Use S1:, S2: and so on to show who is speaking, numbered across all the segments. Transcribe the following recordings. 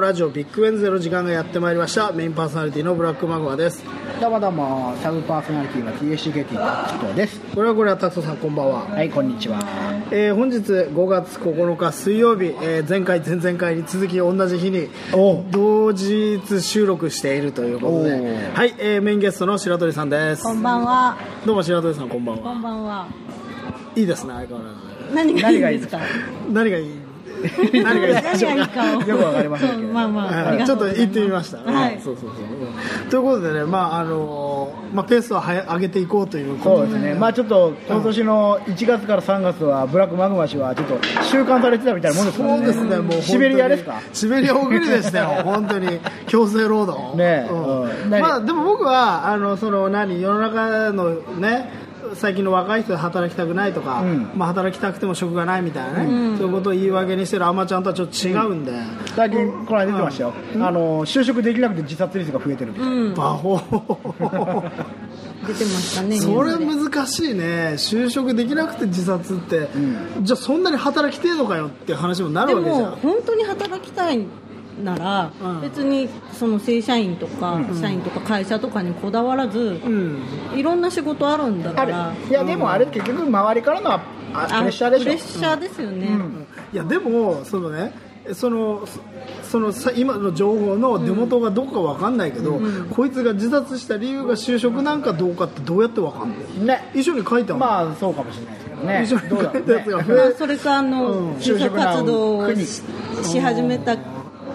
S1: ラジオビッグウェンズデーの時間がやってまいりましたメインパーソナリティのブラックマグマです
S2: どうもどうも、サブパーソナリティの TSG ゲティの紀藤です。
S1: これはこれはタクトさんこんばんは、
S2: はい、こんにちは。
S1: えー本日5月9日水曜日、えー前回前々回に続き同じ日に
S2: お
S1: 同日収録しているということ
S2: お
S1: で
S2: う
S1: はい、えーメインゲストの白鳥さんです
S3: こんばんは。
S1: どうも白鳥さんこんばん
S3: こ
S1: は
S3: んばんは。
S1: いいですね相変わらず
S3: 何がいいんですか。
S1: 何 がいい何がいいで
S3: 何
S1: しょ
S3: が
S1: う
S3: いい
S1: か
S3: かを。
S2: よくわかりませんけ
S3: そ
S2: ど
S3: うまあまあ。あり
S1: はい
S3: が
S1: ちょ
S3: と
S1: っ
S3: う
S1: と
S3: ございます
S1: 行ってみました、
S3: はい。
S1: そうそうそうということでね、まああのーまあ、ペースをはや上げていこうというこ
S2: そ
S1: と
S2: うで
S1: です
S2: ね、まあちょっと、今年の1月から3月は、ブラックマグマ氏は、ちょっと、収監されてたみたいなもんですから
S1: そう
S2: ね。
S1: ですねもう本当に
S2: シベリアですか
S1: シベリア大国でしたよ本当に強制労働
S2: ねえ
S1: うん
S2: うん何
S1: まあでも僕はあのその何世の中のね最近の若い人で働きたくないとか、
S2: うん
S1: まあ、働きたくても職がないみたいなね、そういうことを言い訳にしてるあまちゃんとはちょっと違うんで、
S2: 最近、この間出てましたよ。あの、就職できなくて自殺率が増えてるみたいな。
S1: バホ ー
S3: 出てましたね。
S1: それ
S3: ニュース
S1: 難しいね就職できなくて自殺って、じゃあそんなに働きてえのかよって話もな
S3: でで
S1: るわけじゃん
S3: も本当に働きたいなら
S1: うん
S3: 別にその正社員とか社員とか会社とかにこだわらず
S1: うん
S3: いろんな仕事あるんだ
S2: あ
S3: から。
S2: れ、いや、でもあれ、結局、周りからのああ
S3: あ
S2: プレッシャーでし
S3: プレ
S2: ょ。
S3: ッシャーですよね。
S1: いやでもそのねそのそそのさ今の情報の出元がどこか分かんないけど、こいつが自殺した理由が就職なんかどうかってどうやって分かんない
S2: ね。
S1: 一緒に書いてある、
S2: まあ、そうかもしれないですけ
S1: 一緒に
S2: どね。どう
S1: 書
S2: だろ
S1: いうてあるやつ
S2: ね
S1: が
S3: まあ
S1: 増
S3: それかあ
S1: うん
S3: の就職活動をしし始めた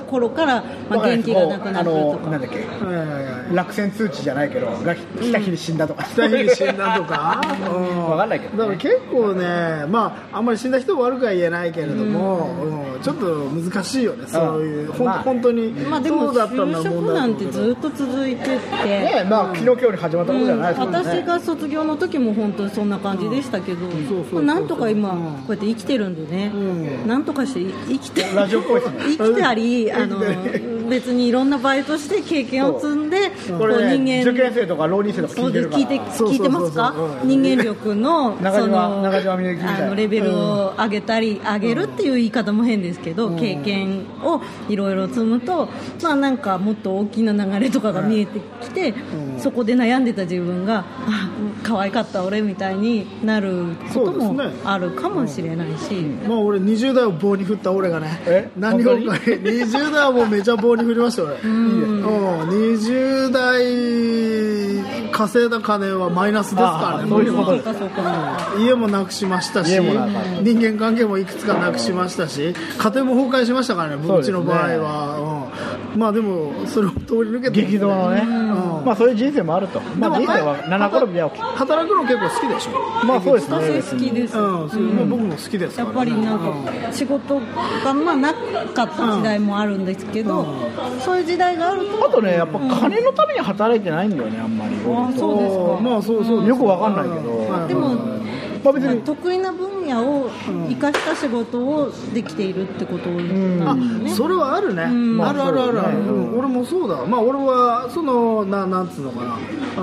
S3: 頃からまあ元気がなくなる
S2: もう
S3: と
S2: あの、なん
S3: か。
S2: だっけ。
S1: えー
S2: 落選通知じゃないけど、が来た日に死んだとか。
S1: 二人に死んだと か
S2: わかんないけどね
S1: だから結構ねまああんまり死んだ人も悪くは言えないけれども、うんちょっと難しいよねそういう、ほん
S2: まあ
S1: 本当に、
S3: まあでも
S1: どうだったんだ
S3: 就
S1: ろう
S3: 職なんてずっと続いてて。
S2: ねまあ、昨日今日に始まったことじゃないですもんね。
S3: 私が卒業の時も本当にそんな感じでしたけど、
S1: そうそうそう
S3: なんとか今こうやって生きてるんでね、
S1: うん
S3: なんとかして生きて
S2: ラジオっぽいですね
S3: 生きてありあの別にいろんなバイトして経験を積んでこ
S2: こ
S3: う
S2: れ、ね、
S3: 人
S2: 受
S3: 間
S2: 験生とか浪人生とか
S3: そ
S2: 聞
S3: う
S2: いてる
S3: です
S2: か
S3: 聞
S2: ら
S3: いて
S1: そうそうそう
S3: 聞いてますか
S1: うん
S3: 人間力の
S2: 中島
S3: その
S2: 中島みゆきみたい
S3: あ
S2: な
S3: のレベルを上げたり上げるっていう言い方も変ですけど、経験をいろいろ積むとまあなんかもっと大きな流れとかが見えてきて、そこで悩んでた自分があ可愛かった俺みたいになること
S1: そう
S3: も
S1: ですね
S3: あるかもしれないし、
S1: まあ俺20代を棒に振った俺がね
S2: え
S1: 何を
S2: 本当に
S1: 20代はもうめちゃ棒に振りましたよ俺うん20代稼いだ金はマイナスですからね
S2: ああそういうこと
S3: そう
S2: です
S3: かそうか、
S1: 家もなくしましたし
S2: 家もなくしまし
S1: 人間関係もいくつかなくしましたし家庭も崩壊しましたからね
S2: そ
S1: う
S2: うです
S1: ち
S2: ね
S1: の場合は、うんまあでもそれを通り抜けて
S2: 激動のね、
S1: うん
S2: まあそういう人生もあると、まあ、
S1: で
S2: 人
S1: も
S2: 生は七転びでは起き
S1: 働くの結構好きでしょ
S2: まあそうですね
S3: 私好きです、
S1: うん、そうまあ僕も好きですか
S3: や
S1: ら、
S3: っ
S1: ね、
S3: ぱりなん
S1: うん
S3: か仕事がまあなかった時代もあるんですけど、そういう時代があると
S2: あとねやっぱ金のために働いてないんだよねあんまり、
S3: あそうですか
S1: まあそうそう、
S2: よくわかんないけど
S1: はい
S3: でも、
S2: まあ別に
S3: 得意な分野を生かした仕事をできているってことな
S1: あ
S3: んですね、
S1: それはあるね、あるあるあるある、うん俺もそうだまあ俺はそのななんつうのかな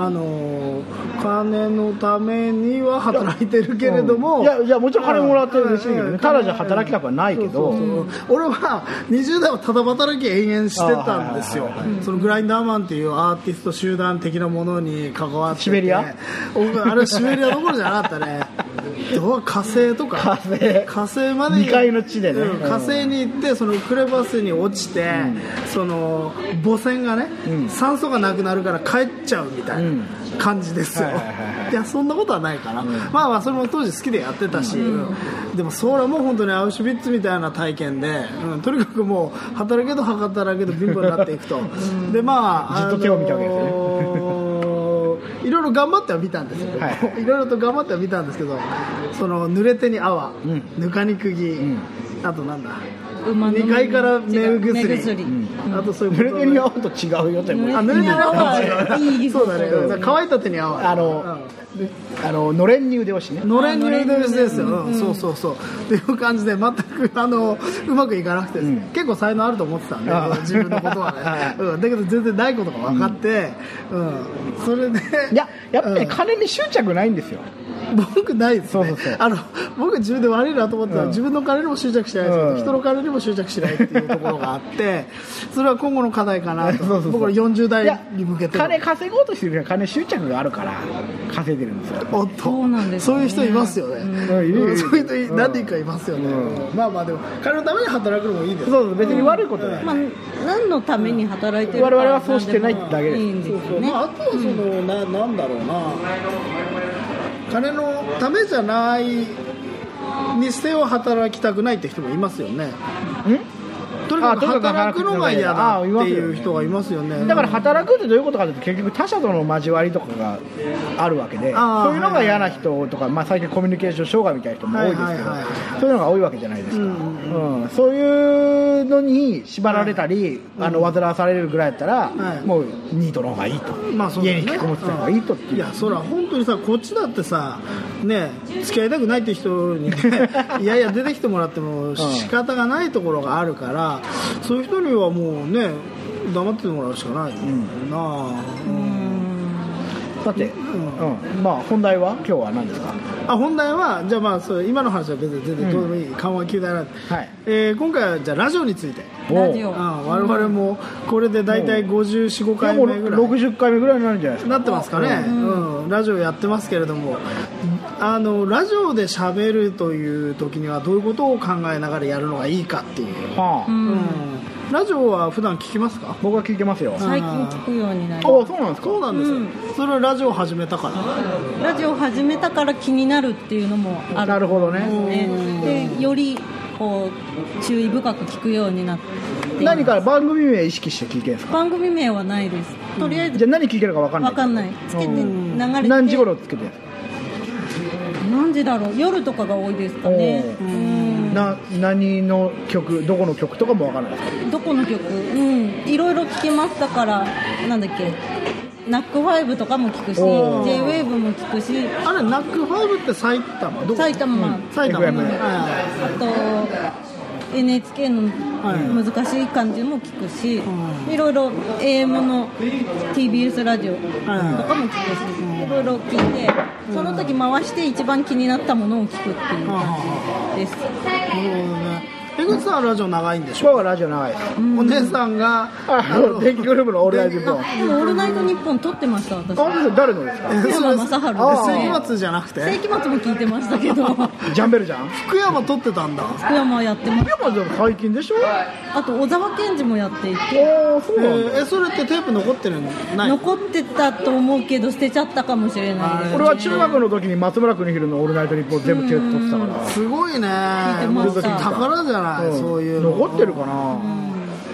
S1: あのー金のためには働いてるけれども、
S2: いやいやもちろん金もらって嬉しいけどね
S1: うん
S2: ただじゃ働きたくはないけど
S1: そうそうそう俺は20代はただ働き延々してたんですよ
S2: あーはい
S1: そのグラインダーマンっていうアーティスト集団的なものに関わってて
S2: シベリア
S1: 僕あれはシベリアどころじゃなかったね どう火星とか
S2: 火星
S1: 火星まで
S2: 二階の地でね
S1: うん火星に行ってそのクレバスに落ちて、その母船がね、
S2: うん
S1: 酸素がなくなるから帰っちゃうみたい
S2: うん
S1: な感じですよ、
S2: はいはいはいはい
S1: いやそんなことはないから、まあまあそれも当時好きでやってたし、でもそれはもう本当にアウシュビッツみたいな体験で、うんとにかくもう働けど働けど貧乏になっていくと、でまあ
S2: じっと手を見たわけですね
S1: あのーいろいろ頑張っては見たんですよ、、
S2: はい
S1: ろいろと頑張っては見たんですけどその濡れ手に泡、
S2: ん
S1: ぬかに釘、
S2: ん
S1: あとなんだ
S3: 馬の
S1: 2階から目薬
S3: 目薬
S1: あとそういう
S2: ブレ
S1: こと
S2: デニアと違うよってもう
S1: あ濡れ手に泡
S3: い い
S1: そうだね
S3: そうそう
S1: だから乾いた手に泡
S2: あの、あののれんに腕をしね
S1: のれんに入れるですよ、うんそうそうそうっていう感じで全くあのうまくいかなくて、結構才能あると思ってたんで
S2: ああ
S1: 自分のことは
S2: はい
S1: ね、うん、だけど全然ないことが分かって、うんそれで
S2: いややっぱり
S1: うん
S2: 金に執着ないんですよ、
S1: う僕ないです、ね、
S2: そうそうそう
S1: あの僕自分で悪いなと思ったのは、
S2: うん
S1: 自分の金にも執着しないですけど、
S2: うん
S1: 人の金にも執着しないっていうところがあってそれは今後の課題かなと
S2: そうそうそう
S1: 僕は40
S2: いや
S1: 代に向けての
S2: 金稼ごうとしてるから金執着があるから稼いでるんですよ
S1: おっと
S3: そうなんですね
S1: そういう人いますよね、
S2: うんいるいる
S1: そういう人何人かいますよね、
S2: う
S1: まあまあでも金のために働くのもいいです
S2: そうそう別に悪いことだよ、
S3: まあ、何のために働いてるか
S2: 我々はそうしてないってだけです
S3: いいんですよ
S1: そうそう
S3: ね
S1: まあ、あとはその、ななんだろうな金のためじゃないにせよ働きたくないって人もいますよねとにか
S2: あ
S1: く
S2: とにかく
S1: 働くのが嫌だってい
S2: あいますよ
S1: う
S2: ね
S1: 人がいますよね
S2: ん、だから働くってどういうことかというと結局他者との交わりとかがあるわけで
S1: あー
S2: そういうのが嫌な人とか、まあ、最近コミュニケーション障害みたいな人も多いですけど、
S1: はいはいはい
S2: そういうのが多いわけじゃないですか、
S1: う
S2: うんんそういうのに縛られたり、あの煩わされるぐらいだったら、
S1: はい
S2: もうニートの方がいいと、
S1: まあそうだ
S2: 家
S1: よね
S2: に引きこもってた方がいいとっていう、
S1: いやそら本当にさこっちだってさね付き合いたくないって人 に、ね、いやいや出てきてもらっても仕方がないところがあるから、そういう人にはもうね黙っててもらうしかないよなあ、
S2: さて、うんまあ、本題は今日は何ですか
S1: あ本題はじゃあまあそれ今の話は別に全然どうでもいい、緩和球団なんで、
S2: はい
S1: えー今回はじゃあラジオについて、
S3: ラジオ
S1: うん、我々もこれで大体545
S2: いや
S1: 回
S2: もう
S1: 目ぐらい
S2: 60回目ぐらいになるんじゃないですか
S1: なってますかね、うんラジオやってますけれどもあのラジオで喋るという時にはどういうことを考えながらやるのがいいかっていう、
S2: は
S1: う
S2: あ、
S1: んラジオは普段聞きますか
S2: 僕は聞いてますよ、あ
S3: 最近聞くようになりま
S2: そうなんですか
S1: そうなんですよ、それはラジオ始めたから
S3: したラジオ始めたから気になるっていうのもある
S2: なるほどね、
S3: んですねでよりこう注意深く聞くようになって
S2: 何か番組名意識して聞いてるんですか
S3: 番組名はないですとりあえ
S2: じ
S3: ず
S2: ゃあ何聞いてるか分かんない
S3: 分かんないつけて流れて
S2: 何時頃つけてるんですか
S3: 何時だろう夜とかが多いですかね
S2: おー
S3: うん
S2: な何の曲どこの曲とかも分かんないですか
S3: どこの曲うんいろいろ聞きますだからなんだっけナックファイブとかも聞くし
S2: おー
S3: JWAVE も聞くし
S1: あれナックファイブって埼玉どこ
S3: 埼玉、
S1: 埼玉
S2: FM
S1: はい
S3: あと NHK の難しい感じも聞くし、
S1: う
S3: いろいろ AM の TBS ラジオとかも聞くし、いろいろ聞いてその時回して一番気になったものを聞くっていう感じです、
S1: なるほどね江口さんはラジオ長いんでしょ
S2: 今日はラジオ長いです
S1: お姉さんが
S2: あの電気グループのオールライブも
S3: あでも「オールナイトニッポン」撮ってました私
S2: あそう誰のですか
S1: え
S3: 福山雅治ですね
S1: 世紀末じゃなく
S3: 世
S1: て
S3: 紀末も聞いてましたけ ど
S2: ジャンベルじゃん
S1: 福山撮ってたんだ
S3: 福山やってます
S2: でもでも最近でしょ
S3: あと小沢健二もやっていて
S2: おおそ
S1: え
S2: うなんだ
S1: ーえそれってテープ残ってるのない
S3: 残ってたと思うけど捨てちゃったかもしれないです
S2: 俺は中学の時に松村邦弘の「オールナイトニッポン」全部手取ってたから
S1: すごいね
S3: てました
S1: 宝じゃない、
S2: ん
S1: そういうの
S2: 残ってるかな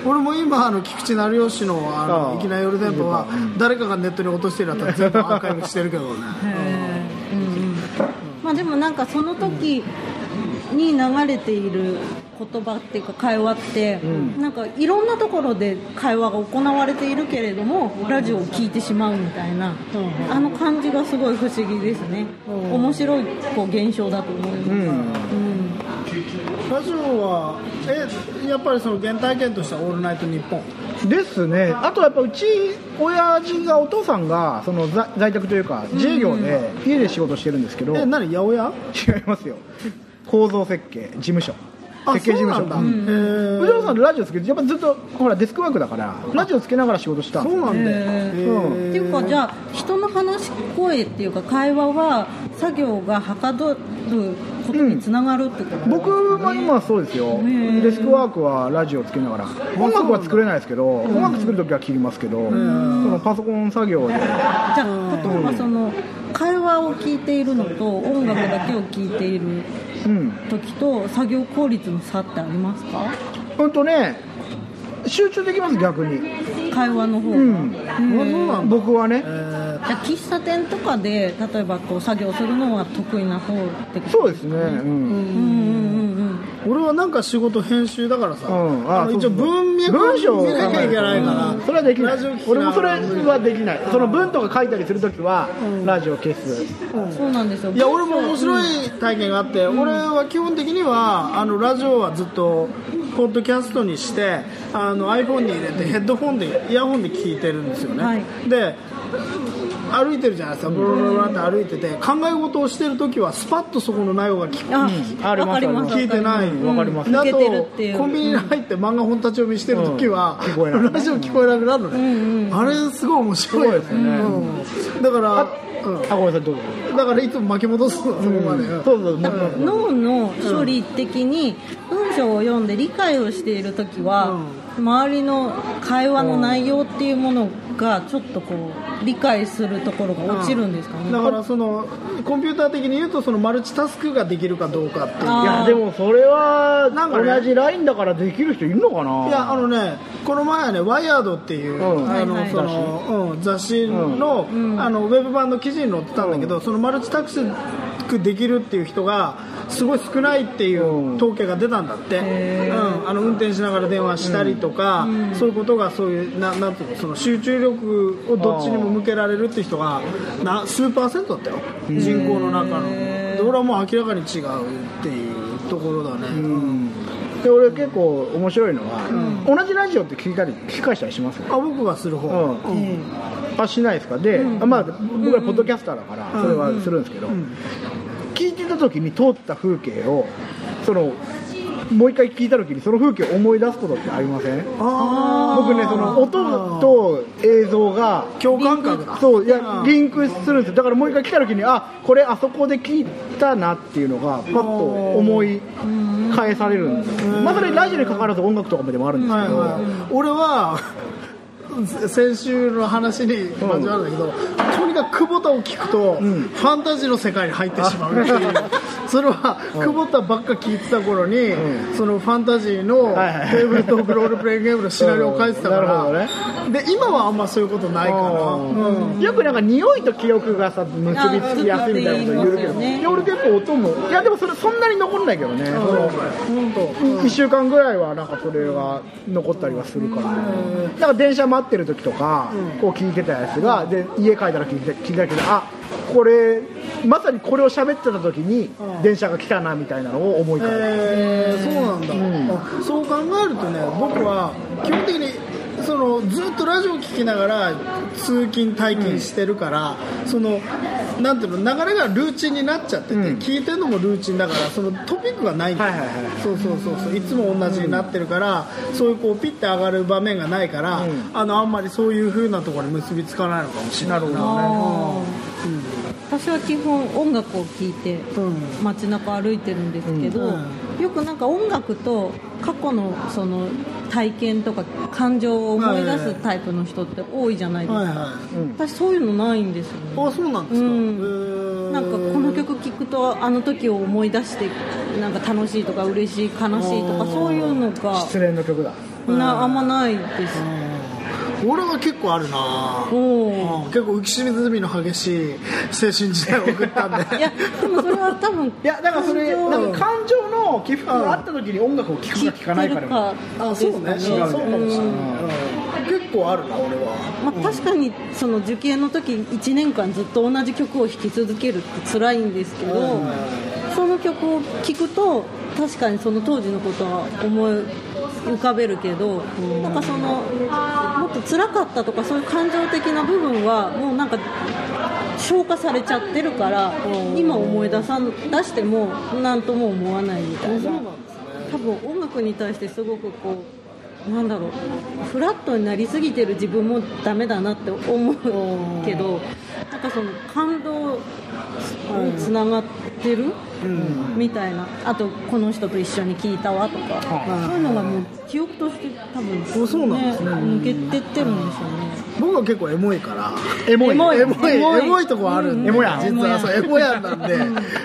S1: 俺も今あの菊池成吉のあの
S2: ああ
S1: 「いきなり夜電波」は誰かがネットに落としてるやつは全部アーカイブしてるけどね
S3: うんうんまあでもなんかその時に流れている言葉っていうか会話って、なんかいろんなところで会話が行われているけれどもラジオを聞いてしまうみたいな、あの感じがすごい不思議ですね、面白いこう現象だと思います、
S1: ラジオはえやっぱりその原体験としては「オールナイトニッポン」
S2: ですね、あとやっぱうち、親父が、お父さんがその在在宅というか、自営業で家で仕事してるんですけど、
S1: え
S2: 違い
S1: 何八百屋
S2: ますよ、構造設計、事務所、
S1: あ
S2: 設計事務所、
S1: そうなんだ、へえ
S2: 藤原さんとラジオつけて、やっぱずっとほらデスクワークだから、ラジオつけながら仕事したんです
S1: そう
S2: よ
S1: なんだよ、
S3: へ
S2: え
S1: へえ
S3: っていうかじゃあ人の話し声っていうか会話は作業がはかどることにつながるってこと、
S2: 僕も今はそうですよ、デスクワークはラジオつけながら、音楽は作れないですけど、音楽作るときは切りますけど、そのパソコン作業で、
S3: じゃあ例えばその会話を聞いているのと音楽だけを聞いている
S2: うん、
S3: 時と作業効率の差ってありますか
S2: うんとね、集中できます、逆に。
S3: 会話の方が、
S2: うん僕はね、
S3: じゃあ喫茶店とかで例えばこう作業するのは得意な方ってこと
S2: そうですね、うん、
S3: うんうんうんうん
S1: 俺はなんか仕事編集だからさ、
S2: うんあ
S1: あの
S2: そう
S1: 一
S2: そ
S1: 応
S2: う
S1: 文脈
S2: 文章を
S1: 見なきゃいけないから、
S2: それはできな
S1: ラジオ聞
S2: い
S1: き
S2: 俺もそれ
S1: ながら
S2: はできないその文とか書いたりするときはラジオ消す
S3: そうなんですよ
S1: いや俺も面白い体験があって、俺は基本的にはあのラジオはずっとポッドキャストにしてあの iPhone に入れてヘッドホンでイヤホンで聞いてるんですよね、
S3: はい
S1: で歩いてるじゃないですかブルブルブルって歩いてて考え事をしてる時はスパッとそこの内容が聞く
S3: あ
S2: あります
S3: わかります
S1: 聞いてない
S2: わかります
S1: であ
S3: 抜けてる
S1: と
S3: っていう
S1: コンビニに入って漫画本立ち読みしてる時は、
S2: うん聞こえない
S1: ラジオ聞こえなくなるのね、あれすごい面白いよね
S2: すごいですよね
S1: うんだから、うん
S2: あごめんなさいどうぞ、
S1: だからいつも巻き戻すのそこまで、
S2: そうそうもう
S3: 脳の処理的に文章を読んで理解をしている時は周りの会話の内容っていうものがちょっとこう理解するところが落ちるんですかね
S1: だからそのコンピューター的に言うとそのマルチタスクができるかどうかっていう
S3: あー
S2: いやでもそれは
S1: なんかね
S2: 同じラインだからできる人いるのかない
S1: いやあのねこの前はね「ワイヤード」っていう、
S2: うん
S1: あの
S3: はいはい
S1: そのうん雑誌の,、あのウェブ版の記事に載ってたんだけど、そのマルチタスクできるっていう人がすごい少ないっていう
S2: うん
S1: 統計が出たんだって、うん、あの運転しながら電話したりとか、そういうことがそういうななんていうのその集中力をどっちにも向けられるっていう人がな数パーセントだったよ人口の中ので俺はもう明らかに違うっていうところだね、
S2: で俺結構面白いのは、同じラジオって聞いたり聞き返したりしますよ
S1: あ僕がする方、
S2: うんあしないですかで、あまあ、僕はポッドキャスターだからそれはするんですけど、聞いてた時に通った風景をそのもう一回聞いた時にその風景を思い出すことってありません
S1: あ
S2: 僕ねその音と映像が
S1: 共感覚だ
S2: そういやリンクするんですよだからもう一回来た時にあこれあそこで聞いたなっていうのがパッと思い返されるんですよまあそれラジオにかかわらず音楽とかでもあるんです
S1: はい
S2: けど、
S1: はい、俺は 先週の話に交わるんだけど、とにかく久保田を聞くと、ファンタジーの世界に入ってしまうっていう それは久保田ばっか聞いてた頃に、そのファンタジーの
S2: はいはい
S1: テーブルトークロールプレイングゲームのシナリオを書いてたか
S2: うん なる
S1: ら、で今はあんまそういうことないかな、うん
S2: よくなんか匂いと記憶がさ結びつきやすいみたいなこと言うけ
S3: あーそうですよ
S2: ど、
S3: ね
S2: いや俺結構音もいやでもそれそんなに残んないけどね、その
S1: 本当
S2: 1週間ぐらいはなんかそれが残ったりはするから、なんか電車待ってる時とか、こう聞いてたやつがで家帰ったら聞いて聞いたけどあこれまさにこれを喋ってた時に電車が来たなみたいなのを思い返す、
S1: えーそうなんだ、あそう考えるとね僕は基本的にそのずっとラジオ聞きながら通勤退勤してるから、そのなんていうの流れがルーチンになっちゃってて、
S2: うん
S1: 聞いてるのもルーチンだからそのトピックがないんだよ
S2: はいはいはい
S1: そうそうそうそういつも同じになってるから、そういうこうピッて上がる場面がないから、あのあんまりそういう風なところに結びつかないのかもしれない
S2: なるほ
S3: あー私は基本音楽を聴いて
S1: ん
S3: 街中歩いてるんですけど、よくなんか音楽と過去のその体験とか感情を思い出すタイプの人って多いじゃないですか、
S1: はいはい
S3: 私そういうのないんですよね
S1: あそうなんですか、
S3: うん
S1: えー
S3: なんかこの曲聴くとあの時を思い出してなんか楽しいとか嬉しい悲しいとかそういうのが
S2: 失恋の曲だ
S3: なあんまないです
S1: 俺は結構あるな
S3: おお
S1: うん結構浮き沈みの激しい青春時代を送ったんで
S3: いやでもそれは多分
S2: いやだからそれ
S3: 感情
S2: なんか感情の起伏があった時に音楽を聴くか聴かないかでも
S1: あそうね
S3: です
S1: そう
S3: か
S1: かもしれない、うん結構あるな俺は
S3: まあ、確かにその受験の時1年間ずっと同じ曲を弾き続けるって辛いんですけど、その曲を聴くと確かにその当時のことは思い浮かべるけど、なんかそのもっと辛かったとかそういう感情的な部分はもうなんか消化されちゃってるから、今思い出さん出しても何とも思わないみたいな。多分音楽に対してすごくこうなんだろうフラットになりすぎてる自分もダメだなって思うけどなんかその感動つながってる、みたいなあとこの人と一緒に聞いたわとか、そういうのがもう記憶として多分
S1: おそうなんですね
S3: 抜けてってるんでしょうね、
S1: 僕は結構エモいから
S2: エモい
S3: エモい
S1: エモい
S3: エ
S1: エ
S3: モ
S1: モ
S3: い
S1: いとこあるんで
S2: エモやん
S1: 実はそうエモやんなんで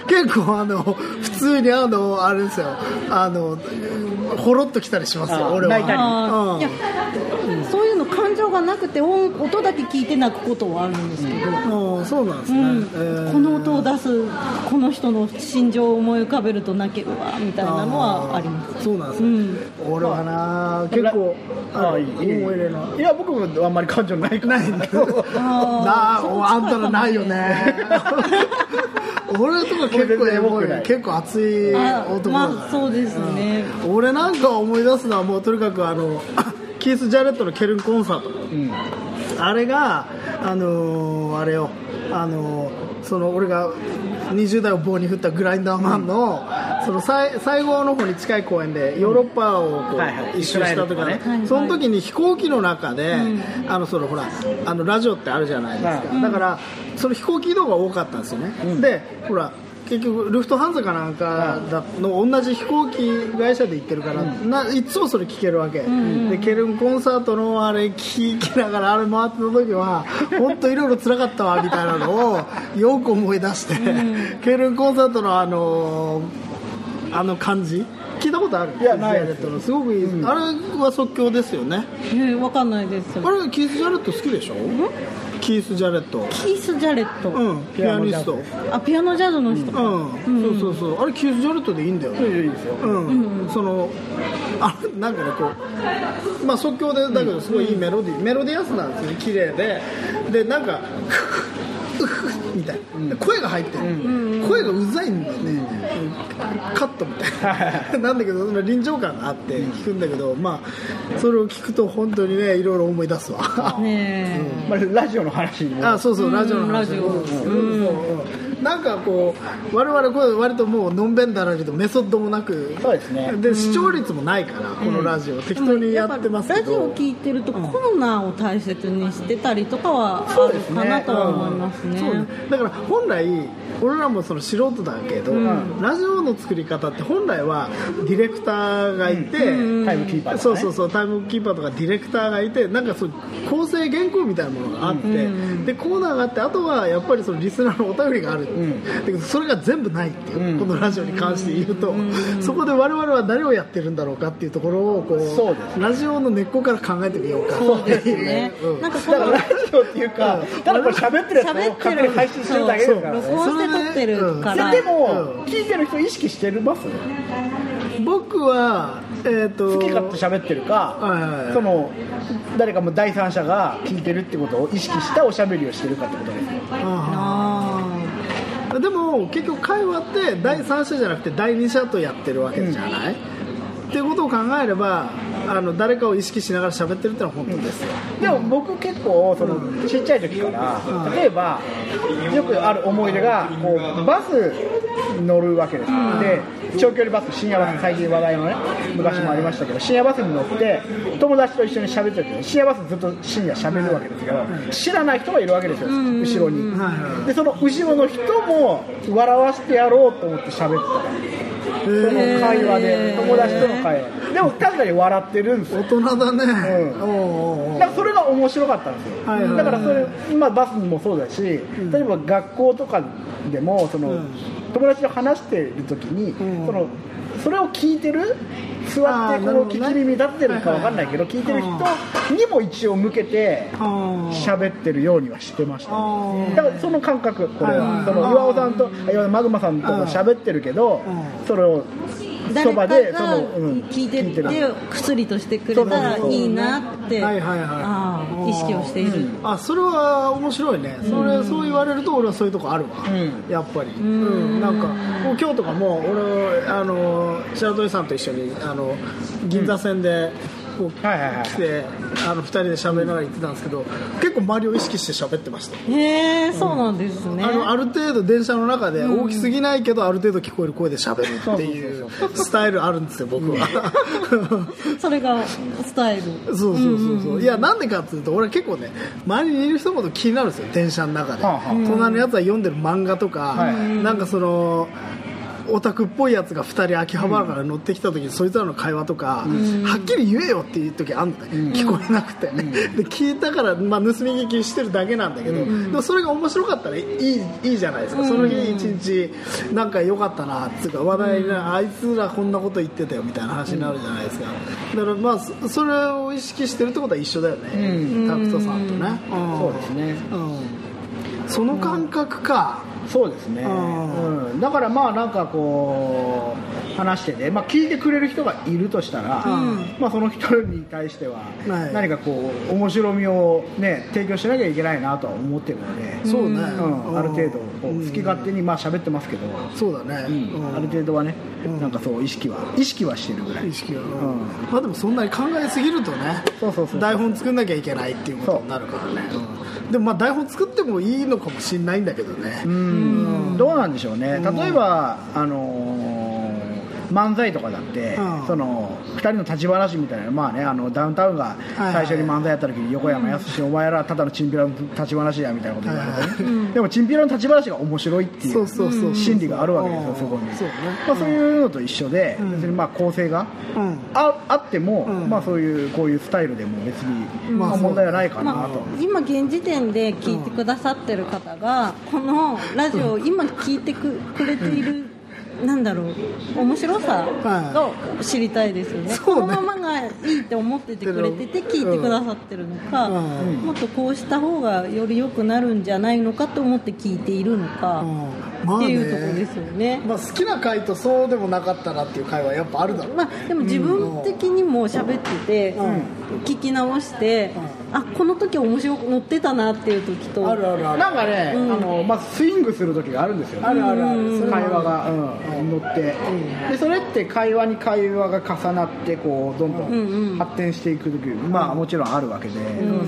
S1: 結構あの普通にあのあれですよあのほろっときたりしますよ
S2: あ
S1: 俺
S2: 泣いたり
S1: は
S3: あ
S1: う
S3: ー
S1: ん
S3: いやそういうの感情がなくて音音だけ聞いて泣くことはあるんですけど、
S1: うんそうなんですね、えー
S3: この音を出すこの人の心情を思い浮かべると泣けるわみたいなのはあります
S1: そうなんですね、俺はな結構
S2: あ
S1: あ
S2: あ
S1: い
S2: い
S1: い
S2: い
S1: 思い入れの
S2: いや僕もあんまり感情ないからないんだけど
S1: な
S3: あ
S1: あ
S3: ー
S1: おあんたのないよ ね 俺とか結構エモい
S2: 俺全然エモくない
S1: 結構熱い
S3: あ
S1: 男だから、
S3: まあそうですね、
S1: 俺なんか思い出すのは もうとにかくあのキース・ジャレットのケルンコンサート、あれがあのーあれを、あのーその俺が20代を棒に振ったグラインダーマンの,、その最最後の方に近い公園でヨーロッパをこう、
S4: はいはい
S1: 一
S4: イス
S1: 周した時
S4: ラエルとか
S3: ね
S1: その時に飛行機の中で、あのそのほらあのラジオってあるじゃないですか、だからその飛行機移動が多かったんですよね、でほら結局ルフトハンザかなんかだの同じ飛行機会社で行ってるから、ないつもそれ聞けるわけ、でケルンコンサートのあれ聞きながらあれ回ってた時は本当いろいろ辛かったわみたいなのをよく思い出して、ケルンコンサートのあのあの感じ聞いたことある
S2: いやない
S1: キー
S2: です
S1: ズジャレットのすごくいい、あれは即興ですよね
S3: ねわかんないです
S1: あれキース・ジャレット好きでしょキース・ジャレット
S3: キース・ジャレット、
S1: うんピアニスト
S3: あピアノジャズの人、
S1: うん、そうそうそうあれキース・ジャレットでいいんだよね
S2: いいですよ
S1: うんそのあなんかねこうまあ即興でだけどすごいいいメロディー、メロディアスなんですよね綺麗ででなんか うふうふみたいなで声が入ってる、声がうざいんだよね、うんカットみたいななんだけどその臨場感があって聞くんだけど、まあそれを聞くと本当にねいろいろ思い出すわ
S3: ね
S2: まあ、ラジオの話にも
S1: あそうそうラジオの
S3: ラ
S1: 話
S3: ジオ
S1: うんなんかこう我々これ割ともうのんべんだらけどメソッドもなく
S2: そうですね
S1: で視聴率もないからこのラジオ適当にやってますけ
S3: ラジオ
S1: ど
S3: を聞いてるとコーナーを大切にしてたりとかはあるかなとは思いますね
S1: そうねだから本来俺らもその素人だけど、ラジオの作り方って本来はディレクターがいて、
S2: タイムキーパーとかね
S1: そうそうそうタイムキーパーとかディレクターがいてなんかそう構成原稿みたいなものがあって、でコーナーがあってあとはやっぱりそのリスナーのお便りがある、だけどそれが全部ないっていう、このラジオに関して言うと、そこで我々は誰をやってるんだろうかっていうところをこう
S2: そうです
S1: ラジオの根っこから考えてみようか
S3: そうですね、
S1: うん
S3: なんかこ
S2: だから
S3: の
S2: ラジオっていうか、ただこれ喋ってるやつを
S3: 喋って
S2: 勝手に
S3: る
S2: 配信してるだけですから
S3: そ
S2: ね
S3: う録音して撮ってるか
S1: そ
S3: ら
S2: でも、聞いてる人意識してます
S1: 僕は、えー、と
S2: 好き勝手喋ってる
S1: はいはいは
S2: か
S1: い
S2: その誰かもう第三者が聞いてるってことを意識したおしゃべりをしてるかってことですよ
S1: あ
S3: あ
S1: あでも結局会話って第三者じゃなくて第二者とやってるわけじゃない、っていうことを考えればあの誰かを意識しながら喋ってるってのは本当ですよ、
S2: でも僕結構そのちっちゃい時から例えばよくある思い出がこうバス乗るわけですよで長距離バス深夜バス最近話題のね昔もありましたけど深夜バスに乗って友達と一緒に喋ってる時に深夜バスずっと深夜喋るわけですけど知らない人がいるわけですよ後ろにでその後ろの人も笑わせてやろうと思って喋ってたその会話で友達との会話ででも確かに笑ってるんですよ
S1: 大人だね、
S2: うん
S1: おうおうおう
S2: だからそれが面白かったんですよ、
S1: はいはい
S2: だからそれ今バスもそうだし、例えば学校とかでもその、友達と話してる時に、そのそれを聞いてる座
S1: あ
S2: っ
S1: ー
S2: て
S1: な
S2: こ
S1: るほ
S2: の
S1: どね
S2: 聞き耳立ってるかわかんないけど、聞いてる人にも一応向けて
S1: あー
S2: 喋ってるようにはしてましたね、
S1: あー
S2: だからその感覚これは、
S1: はいはい
S2: その岩尾さんとあ岩尾マグマさんとも喋ってるけど、それを
S3: ー
S2: そ
S3: 誰
S2: ば
S3: か
S2: でそ
S3: が
S2: の、うん
S3: 聞いてて
S2: る
S3: 薬としてくれたらいいなって
S1: はいはいはい
S3: あー意識をしている、
S1: あそれは面白いねそれ、そう言われると俺はそういうとこあるわ、
S2: う
S1: やっぱり、うん、なんかもう今日とかも俺あの白鳥さんと一緒にあの銀座線で、こう
S2: はいはいはい
S1: 来てあの2人で喋りながら行ってたんですけど結構周りを意識して喋ってました、
S3: へえそうなんですね、
S1: あのある程度電車の中で大きすぎないけどある程度聞こえる声で喋るっていうスタイルあるんですよ僕は
S3: それがスタイル
S1: そうそうそうそういやなんでかっていうと俺は結構ね周りにいる人のこと気になるんですよ電車の中で、
S2: はあはあ
S1: 隣のやつは読んでる漫画とか、
S2: はい
S1: なんかそのオタクっぽいやつが2人秋葉原から乗ってきた時に、そいつらの会話とか、はっきり言えよっていう時あんのね、聞こえなくて、で聞いたから、まあ、盗み聞きしてるだけなんだけど、でもそれが面白かったらいいいいじゃないですか、その日一日なんか良かったなっていうか話題になあいつらこんなこと言ってたよみたいな話になるじゃないですか、だからまあそそれを意識してるってことは一緒だよね、タクトさんとね、うん
S2: そうですね
S1: うんその感覚か、
S2: そうですね、
S1: う
S2: うんんだからまあなんかこう話してて、まあ、聞いてくれる人がいるとしたら、
S1: ん
S2: まあ、その人に対しては
S1: はい
S2: 何かこう面白みを、ね、提供しなきゃいけないなとは思ってるので
S1: そうね、
S2: うんある程度こ
S1: うん
S2: う好き勝手にまあ喋ってますけど、
S1: そうだね、うん
S2: ある程度はね、
S1: うん
S2: なんかそう意識は意識はしてるぐらい
S1: 意識は、うん
S2: うん
S1: まあでもそんなに考えすぎるとね
S2: そうそうそう
S1: 台本作んなきゃいけないっていうことになるからね、うんでもまあ台本作ってもいいのかもしれないんだけどね、
S2: うんどうなんでしょうね例えば、あのー漫才とかだって、
S1: うん
S2: その2人の立ち話みたいな、まあね、あのダウンタウンが
S1: はい
S2: 最初に漫才やった時に横山やすし、お前らただのチンピラの立ち話やみたいなこと言われて、でもチンピラの立ち話が面白いってい
S1: そううそうそう
S2: 心理があるわけですよ、
S1: うん
S2: そこに
S1: そうね
S2: まあ、そういうのと一緒で、
S1: ん
S2: 別にまあ構成が
S1: うん
S2: ああっても、
S1: うん
S2: まあ、そういうこういうスタイルでも別に、
S1: ん
S2: まあ、問題はないかなと。
S3: まあ、今現時点で聞いてくださってる方が、このラジオを今聞いてくくれている、なんだろう面白さを知りたいですよね,、
S1: そうね
S3: このままがいいって思っててくれてて聞いてくださってるのか、
S1: うん
S3: もっとこうした方がより良くなるんじゃないのかと思って聞いているのか、
S1: うんまあ
S3: って
S1: ね
S3: いうところですよね。
S1: まあ、好きな回とそうでもなかったなっていう回はやっぱあるだろう、
S3: まあ、でも自分的にも喋ってて、
S1: うん
S3: 聞き直して、あこの時面白く乗ってたなっていう時と
S1: あるあるある
S2: なんかね、
S3: うん
S2: あのまあ、スイングする時があるんですよね
S1: あるあるある
S2: うん
S1: それはあ
S2: 会
S1: る
S2: 話が、うん乗って、でそれって会話に会話が重なってこうどんど
S3: うんうんん
S2: 発展していく時、まあ、もちろんあるわけで、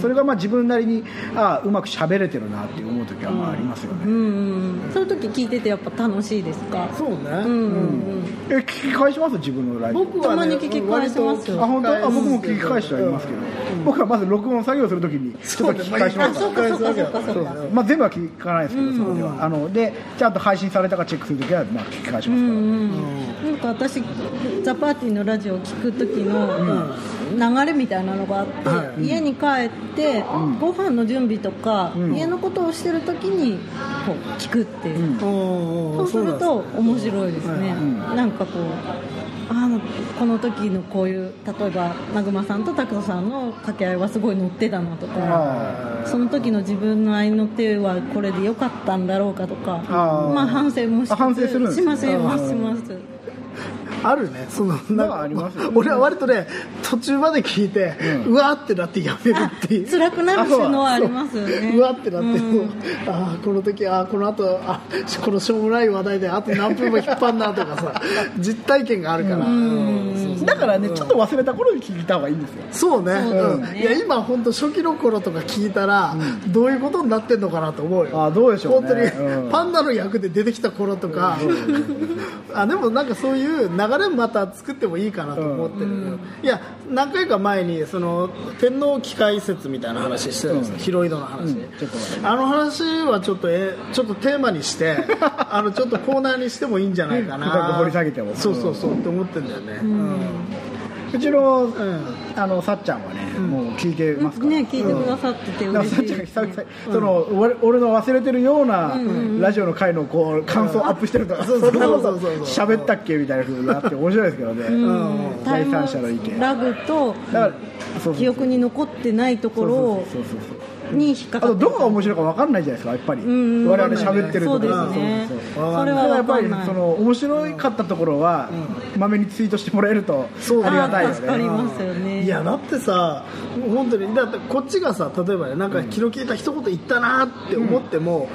S2: それがまあ自分なりにああうまく喋れてるなって思う時はまあありますよね、
S3: うんうんうんそういう時聞いててやっぱ楽しいですか
S1: そうね、
S3: うんうんうん
S2: え聞き返します自分のライブ
S1: 僕は、ね、
S3: たまに聞き返しますよ
S2: あ本当あ
S1: 割と
S2: 僕も聞き返してはいますけど、僕はまず録音作業する時にちょっと聞き返しますから
S3: そうねあそうかそうかそうかそうか
S2: まあ、全部は聞かないですけど、そこではあのでちゃんと配信されたかチェックする時はまあ聞き返しますから、
S3: なんか私「ザパーティーのラジオを聞く時の流れみたいなのがあって、家に帰って、ご飯の準備とか、家のことをしてる時にこう聞くっていう、
S1: そ
S3: そうすると面白いですね、なんかこうあのこの時のこういう例えばマグマさんと拓人さんの掛け合いはすごい乗ってたなとか。
S2: あ
S3: その時の自分の愛の手はこれで良かったんだろうかとか
S2: あー
S3: まあ反省もしつつ
S2: あ反省するんです
S3: し
S2: ね
S3: ますし
S2: あ
S3: ます
S2: ー
S3: します
S1: あるねその
S2: まあ
S1: なんか
S2: ありますよ
S1: 俺は割とね途中まで聞いて、う
S2: うん
S1: わーってなってやめるっていう
S3: 辛くなるのはありますよね
S1: うわってなって、
S3: うん
S1: もうああこの時ああこの後あこのしょうもない話題であと何分も引っ張んなとか さ実体験があるから、うん
S2: だからね、ちょっと忘れた頃に聞いた方がいいんですよ。
S1: そうね
S3: そうだね
S1: んいや今本当初期の頃とか聞いたら、どういうことになってんのかなと思うよ
S2: あーどうでしょう
S1: 本
S2: ね
S1: 当に、
S2: うん
S1: パンダの役で出てきた頃とか、あでもなんかそういう流れまた作ってもいいかなと思ってる、いや何回か前にその天皇機械説みたいな話してたんですよ、
S2: うん
S1: ヒロイドの話、
S2: うんちょっと待って
S1: あの話はちょっとえちょっとテーマにしてあのちょっとコーナーにしてもいいんじゃないか
S2: 深
S1: な
S2: く掘り下げても
S1: そうそうそうって思ってんだよね、
S2: うちの、
S1: ん
S2: あのさっちゃんはね、もう聞いてますから。
S3: ね聞いてくださってて
S2: だから
S3: 嬉
S2: さっ
S3: しい
S2: ちゃんが
S3: です
S2: 久々に、
S3: ね
S2: その俺俺の忘れてるようなラジオの回のこう感想アップしてるとか、
S1: そうそう
S2: そんなこと
S1: そうそうそう
S2: 喋ったっけみたいな風になって面白いですけどね、
S3: うんタイ
S2: 第
S3: ム
S2: 三者の意見。だ
S3: ラグと
S2: から、そうそう
S3: 記憶に残ってないところを
S2: そうそうそうそう
S3: に引っか
S2: あ
S3: か
S2: と
S3: って
S2: どこが面白いか分かんないじゃないですかやっぱり
S3: んうん
S2: 我々喋ってる
S3: そう
S2: と
S3: で
S2: か
S3: すね
S2: そうそうそう
S3: それ
S2: だか
S3: は
S2: らや
S3: 分
S2: っぱ
S3: か
S2: り
S3: んない
S2: その面白かったところはまめにツイートしてもらえると
S1: そう
S2: ありがたい
S3: あー助かり
S2: よね
S3: ますよね
S1: いやだってさ本当にだってこっちがさ例えばねなんか気の利いた一言言ったなって思っても、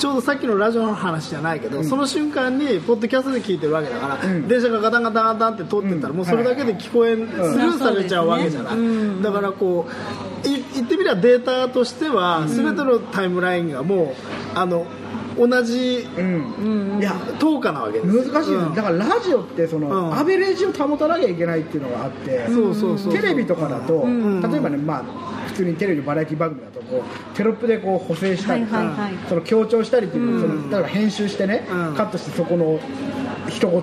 S1: ちょうどさっきのラジオの話じゃないけど、その瞬間にポッドキャストで聞いてるわけだから、電車がガタンガタンガタンって通ってったら、
S2: うん
S1: もうそれだけで聞こえ、スルーされちゃうわけじゃない、
S3: うん
S1: だからこうい言ってみればデータとしては全てのタイムラインがもうあの同じ
S2: うんいや
S1: 等価なわけですよ
S2: 難しいです
S1: うん
S2: だからラジオってそ
S1: うん
S2: のアベレージを保たなきゃいけないっていうのがあって
S1: そうそうそう
S2: テレビとかだと
S1: ん
S2: 例えばねまあ普通にテレビバラエティ番組だとこうテロップでこう補正したり
S3: はいはいはい
S2: その強調したりっていうそのだから編集してね
S1: うん
S2: カットしてそこの一言を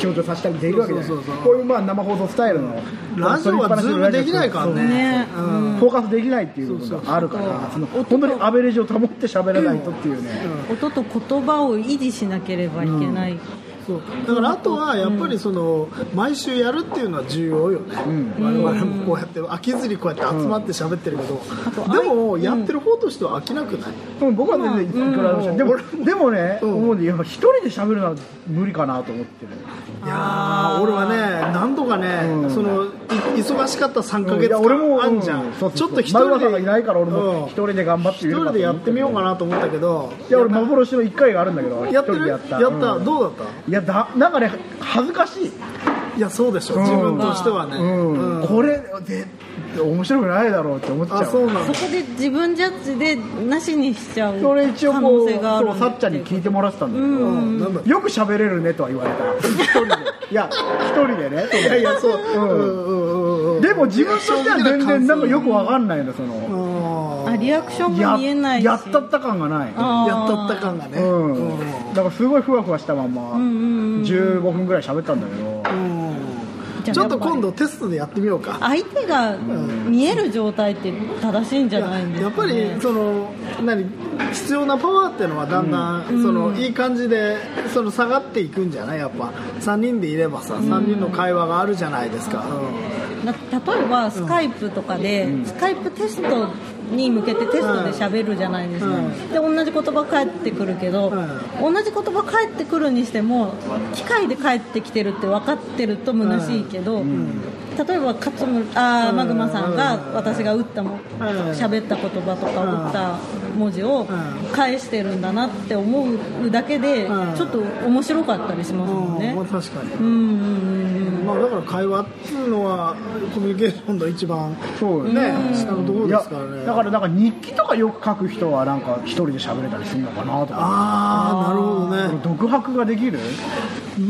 S2: 強調させたりできるわけじゃない
S1: そうそうそう
S2: こういうまあ生放送スタイルの
S1: ラジオはズームできないからね
S3: ね
S2: そうフォーカスできないっていう部分があるからその本当にアベレージを保って喋らないとっていうね
S3: 音と言葉を維持しなければいけない
S1: そうだからあとはやっぱりその毎週やるっていうのは重要よね、我々もこうやって飽きずにこうやって集まって喋ってるけど、でもやってる方としては飽きなくない、
S2: うん、僕は全然いくらでもしない、でもでもね、
S1: うん
S2: 思うんでやっぱ一人で喋るのは無理かなと思ってる
S1: いやー俺はね何度かね、
S2: うん
S1: そのい忙しかった3か
S2: い
S1: 月
S2: や
S1: 間
S2: 俺も
S1: あんじゃん、
S2: うそう
S1: ちょ
S2: そう
S1: っと一
S2: マ
S1: 人
S2: グロさんが
S1: で
S2: いないから俺も
S1: うん
S2: 一人で頑張って
S1: 一
S2: みよう
S1: 人でやってみようか
S2: な
S1: なと思ったけど
S2: いや俺幻の1回があるんだけど
S1: やって
S2: 一人
S1: る
S2: で
S1: や
S2: や
S1: っ
S2: ったたうん
S1: どうだった
S2: いやだなんかね恥ずかしい
S1: いやそうでしょ、
S2: うん
S1: 自分としてはね、
S2: うん
S1: うん
S2: これで面白くないだろうって思っちゃ
S1: あそう
S2: う
S1: なんだ
S3: そこで自分ジャッジでなしにしちゃう
S2: それ一応
S3: 可
S2: こ
S3: 能
S2: う
S3: 性がある
S2: そうさっちゃんに聞いてもらってたんだけど、
S1: うんなんだ
S2: よく喋れるねとは言われた一人でいや一人でね
S1: いやいやそう、うんんうんうんうん
S2: でも自分としては全然なんかよくわかんないのそ
S1: あ
S2: の
S1: ー
S3: あリアクション
S2: や
S3: も見えないし
S2: やったった感がない
S3: あー
S1: やったった感がね、
S2: うん
S1: うん
S2: だからすごいふわふわしたまま
S3: ん
S2: 15分ぐらい喋ったんだけど
S3: じゃあ
S1: ちょっと今度テストでやってみようか
S3: 相手が見える状態って正しいんじゃないんです
S1: やっ
S3: か、
S1: ぱ
S3: ね、
S1: りその何必要なパワーっていうのはだんだん、そのいい感じでその下がっていくんじゃないやっぱ3人でいればさ3人の会話があるじゃないですか、
S3: な例えばスカイプとかで、スカイプテストに向けてテストで喋るじゃないですか、
S1: うん
S3: で同じ言葉返ってくるけど、
S1: う
S3: 同じ言葉返ってくるにしても機械で返ってきてるって分かってると虚しいけど、例えば勝村あーマグマさんが私が打ったも喋った言葉とか打った文字を
S1: うん
S3: 返してるんだなって思うだけで
S1: うん
S3: ちょっと面白かったりしますもん
S1: うん
S3: ね
S1: まあ、。確かに、
S3: うんうんうん
S1: まあ、だから会話っていうのはコミュニケーションの一番
S2: そうよ
S1: ね下のところ
S2: い
S1: で
S2: や
S1: すからね
S2: だからなんか日記とかよく書く人はなんか一人で喋れたりするのかなとか
S1: ああなるほどね
S2: 独白ができる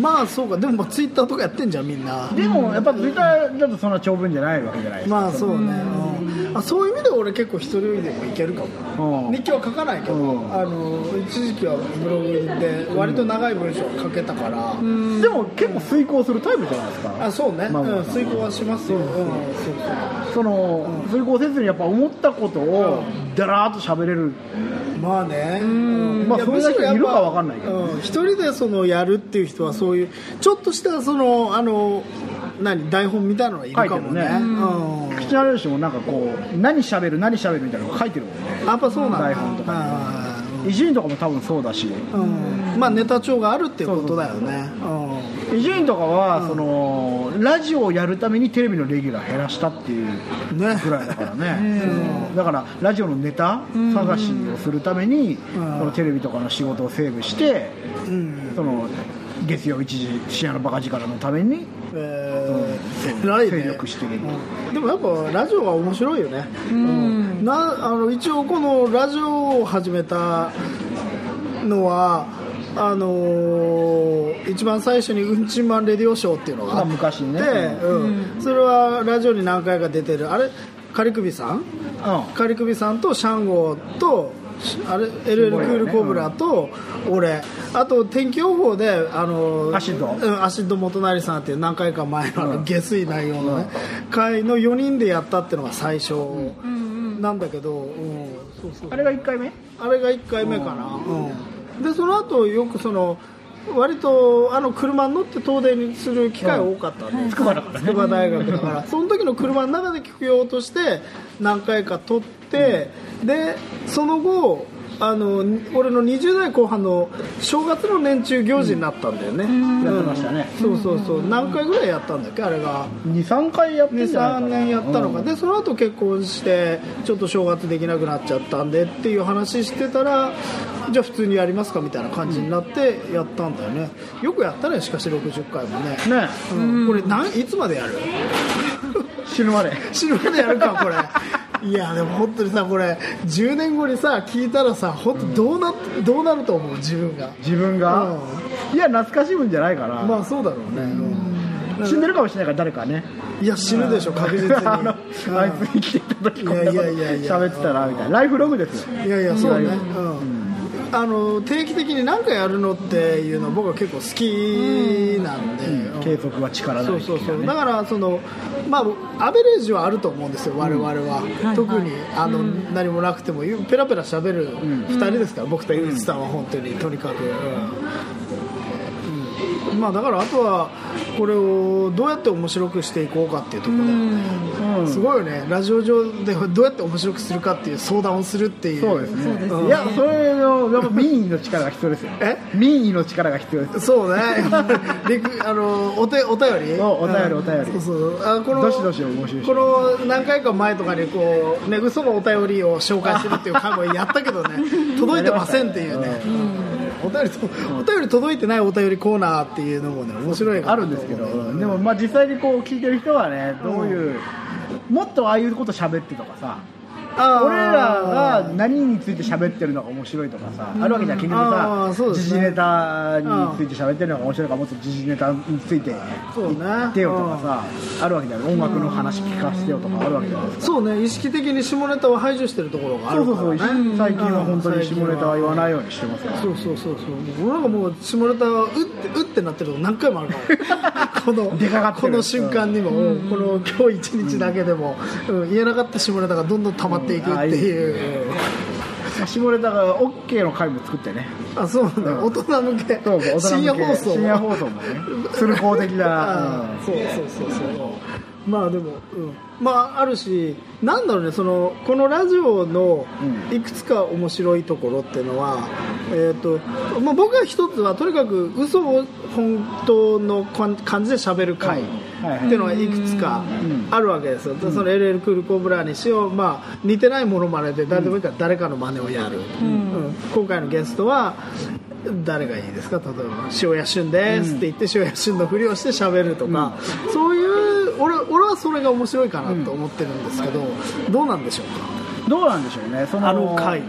S1: まあそうかでもまあツイッターとかやってんじゃんみんな
S2: でもやっぱツイッターだとそんな長文じゃないわけじゃないですか
S1: まあそうね、うんあそういう意味では俺結構一人でもいけるかも、
S2: うん
S1: 日記は書かないけど、
S2: うん
S1: あの一時期はブログで割と長い文章を書けたから、
S2: でも結構遂行するタイプじゃないですか
S1: あそうね、
S2: まあ
S1: うん、遂行はしますよ、うんそうそ
S2: その遂行せずにやっぱ思ったことをだらーっと喋れる
S1: うまあね、
S2: まあ
S1: いや
S2: それだけいるかわかんないけど
S1: うん、一人でそのやるっていう人はそういうちょっとしたそのあの何台本みたいなのがいるかもね
S2: 書いてるね
S1: うん
S2: 口のある人もなんかこう何喋る何喋るみたいなのが書いてるもんね
S1: やっぱそうなんだ
S2: 台本とか
S1: あー
S2: 伊集院とかも多分そうだし
S1: うんまあネタ帳があるっていうことだよねうん
S2: 伊集院とかは、そのラジオをやるためにテレビのレギュラー減らしたっていうぐら
S1: ね
S2: いだからねそうだからラジオのネタ探しをするために、このテレビとかの仕事をセーブして、その月曜1時深夜のバカ力のために
S1: えー
S2: そう
S1: 偉いね
S2: 精力してる
S1: うんでもやっぱラジオが面白いよね、なあの一応このラジオを始めたのはあのー一番最初に「うんちマンレディオショー」っていうのがあ
S2: まあ昔ね
S1: ってうんそれはラジオに何回か出てるあれカリクビさんカリクビさんとシャンゴーとあれ LL クールコブラと俺あと天気予報であの
S2: アシッド
S1: うんアシッド元成さんっていう何回か前のあの下水内容のね会の4人でやったっていうのが最初なんだけど、うんそうそう
S2: あれが1回目
S1: あれが1回目かな、でその後よくその割とあの車に乗って東電にする機会が多かったんで、
S2: 筑波だからね
S1: 筑波大学だからその時の車の中で聞く用として何回か撮って、でその後あの俺の20代後半の正月の年中行事になったんだよね、うん
S2: やってましたね
S1: そうそうそう何回ぐらいやったんだっけあれが
S2: 23回やってんじゃないか
S1: 23
S2: な
S1: 年やったのか、
S2: うん
S1: でその後結婚してちょっと正月できなくなっちゃったんでっていう話してたらじゃあ普通にやりますかみたいな感じになってやったんだよねよくやったねしかし60回もね、
S2: ね
S1: うんこれなんいつまでやる
S2: 死ぬまで
S1: 死ぬまでやるかこ れいやでも本当にさこれ10年後にさ聞いたらさ本当どうな,、どうなると思う自分が
S2: 自分が、いや懐かしむんじゃないかな、
S1: まあそうだろうね、うん
S2: 死んでるかもしれないから誰かね
S1: いや死ぬでしょ確実に
S2: あのあい
S1: うん
S2: つ生きてた時こんなこと
S1: いやいやいやいや
S2: 喋ってたらみたいなライフログですよ
S1: いやいやそうね、
S2: う
S1: うん、あの定期的に何かやるのっていうの僕は結構好きなんで、うん
S2: 継続は力な
S1: そ
S2: り
S1: うそうそうだからその、まあ、アベレージはあると思うんですよ、我々は、特にあの、何もなくてもペラペラ喋る2人ですから、僕と井口さんは本当にとにかく、うん
S3: う
S1: まあ、だからあとはこれをどうやって面白くしていこうかっていうところだよね、すごいよねラジオ上でどうやって面白くするかっていう相談をするっていう
S2: そうです
S3: そうですね
S2: ねいやそれのやっぱ民意の力が必要ですよ
S1: え
S2: 民意の力が必要です
S1: そうね リクあのお手お便り
S2: そうお便り
S1: うん
S2: お便り
S1: そうそうあこの
S2: どしどしを募集して
S1: この何回か前とかにこうねぐそのお便りを紹介するっていう過去やったけどね 届いてませんっていうねお便りとお便り届いてないお便りコーナーっていうのもね面白い
S2: あるんですけど、でもまあ実際にこう聞いてる人はねどういう、もっとああいうこと喋ってとかさ俺らが何について喋ってるのが面白いとかさ、あるわけじゃん結局
S1: あ
S2: さ
S1: ーそうですね
S2: 時事ネタについて喋ってるのが面白いからもっと時事ネタについて
S1: そうね
S2: 言ってよとかさ、あるわけじゃん音楽の話聞かせてよとかあるわけじゃないですか、
S1: そうね意識的に下ネタを排除してるところがあ
S2: そう
S1: るか
S2: そ
S1: ら、
S2: う
S1: ね、
S2: そう、最近は本当に下ネタは言わ
S1: い
S2: ないようにしてますから
S1: そうそうそうそう俺なんかもう下ネタうってうってなってるの何回もある からこの
S2: 出かかってる
S1: この瞬間にも、この今日一日だけでも、うん言えなかった下ネタがどんどん溜まっていくっていう、
S2: まあ下ネタが OK の回も作ってね
S1: あそうなんだ、
S2: うん
S1: 大人向け
S2: そうそう大人向
S1: 深
S2: け
S1: 夜放送
S2: 深夜放送もね鶴光的な、うん
S1: あーそうそうそうそうまあでも、うん、まああるしなんだろうねそのこのラジオの
S2: う
S1: いくつか面白いところっていうのは、えーとまあ、僕は一つはとにかく嘘を本当の感感じで喋る回っ
S2: うんはいはい
S1: ていうのがいくつかあるわけですよ、その LL クールコブラにしよう、まあ、似てないものまねで誰でもいいから誰かの真似をやる、うん今回のゲストは誰がいいですか例えば「塩谷俊です」って言って塩谷俊のふりをして喋るとか、そういう俺俺はそれが面白いかなと思ってるんですけど、どうなんでしょう
S2: どうなんでしょうねそ
S1: か
S2: の
S1: あの回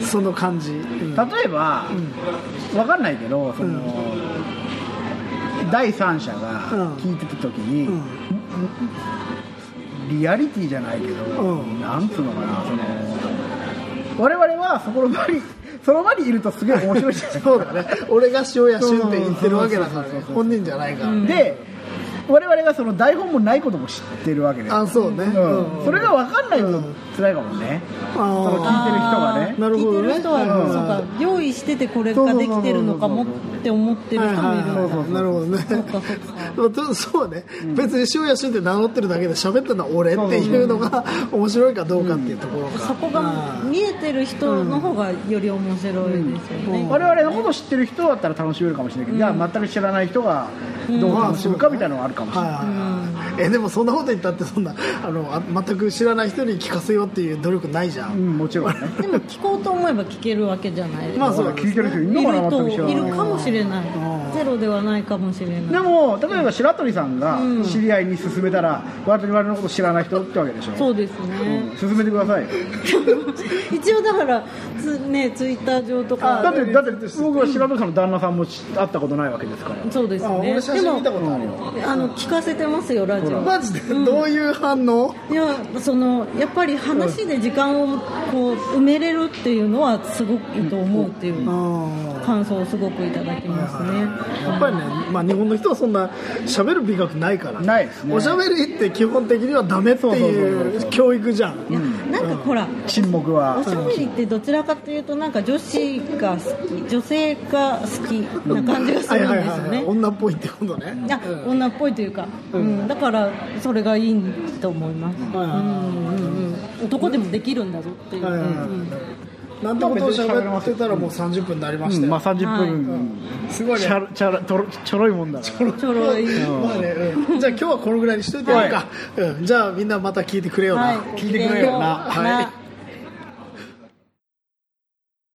S1: その感じ、うん
S2: 例えば、わかんないけどその、第三者が
S1: うん
S2: 聞いてた時に、
S1: うん
S2: リアリティじゃないけど、
S1: うん
S2: なんつうのかなその我々はそこの場に その場にいるとすげえ面白いじゃない
S1: そ
S2: ですか
S1: うだね俺が塩谷俊って言ってるわけだから
S2: そうそうそう
S1: ね
S2: そう
S1: 本人じゃないから、
S2: で我々がその台本もないことも知ってるわけです
S1: あそうね、
S2: うんそれが分かんないと
S1: うん
S2: 辛いかもね、
S1: あ
S2: その聞いてる人がね
S3: あー
S1: なるほどね
S3: 聞いてる人は、
S1: うん
S3: そうか用意しててこれができてるのかもって思ってる人もいるん
S1: は
S3: だ、
S1: いはいはいなるほどね
S3: そうかそうか
S1: でもとそうね、別に塩谷俊って名乗ってるだけで喋ってるのは俺っていうのが面白いかどうかっていうところか、
S3: そこが見えてる人の方がより面白いですよね、
S2: 我々のこと知ってる人だったら楽しめるかもしれないけど、いや全く知らない人がどう楽しむかみたいなのがあるかもしれない、
S1: はいえでもそんなこと言ったってそんなあのあ全く知らない人に聞かせようっていう努力ないじゃん、
S2: うん、もちろんね
S3: でも聞こうと思えば聞けるわけじゃないですか
S1: まあそう
S2: 聞いてる人いるのかな全く知らない
S3: いるかもしれないゼロではないかもしれない
S2: でも例えば白鳥さんが知り合いに勧めたら割と我々のこと知らない人ってわけでしょ
S3: そうですね、
S2: ん勧めてくださいよ
S3: 一応だからつねツイッター上と
S2: だっ
S3: か
S2: てだって僕は白鳥さんの旦那さんも知会ったことないわけですから
S3: そうです
S1: あ
S3: ね
S1: 俺写真見たことあるよ
S3: でもあの聞かせてますよラジオ
S1: マジでどういう反応、
S3: いやそのやっぱり話で時間をこう埋めれるっていうのはすごくいいと思うっていう
S1: あ
S3: 感想をすごくいただきますね
S1: ーやっぱりね、まあ、日本の人はそんな喋る美学ないから
S2: ないですね
S1: おしゃべりって基本的にはダメって
S2: そうそうそう
S1: い
S2: そう
S1: う教育じゃん
S3: いやなんかほら
S2: 沈黙
S3: お
S2: は
S3: しゃべりってどちらかというとなんか女子が好き女性が好きな感じがす
S1: はい
S3: るん
S1: はい
S3: ですよ
S1: はいはい
S3: ね
S1: 女っぽいってことね
S3: あ女っぽいというか、うん、だからそれがいいと思います、うん
S1: はいはいはい
S3: うんうん、男でもできるんだぞっていう、
S1: はいはいはい
S3: うん
S1: なんてことを喋ってたらもう30分になりま
S2: う
S1: した
S2: んまあ
S1: よ、
S2: 30分、
S1: すごい
S2: チ
S1: ね
S2: ャラチャラとろちょろいもんだから
S3: ちょろい
S1: まあねうんじゃあ今日はこのぐらいにしといてやるか、うん、じゃあみんなまた聞いてくれよな、
S3: はい
S1: 聞いてくれよな、
S3: 聞いてよな
S1: はい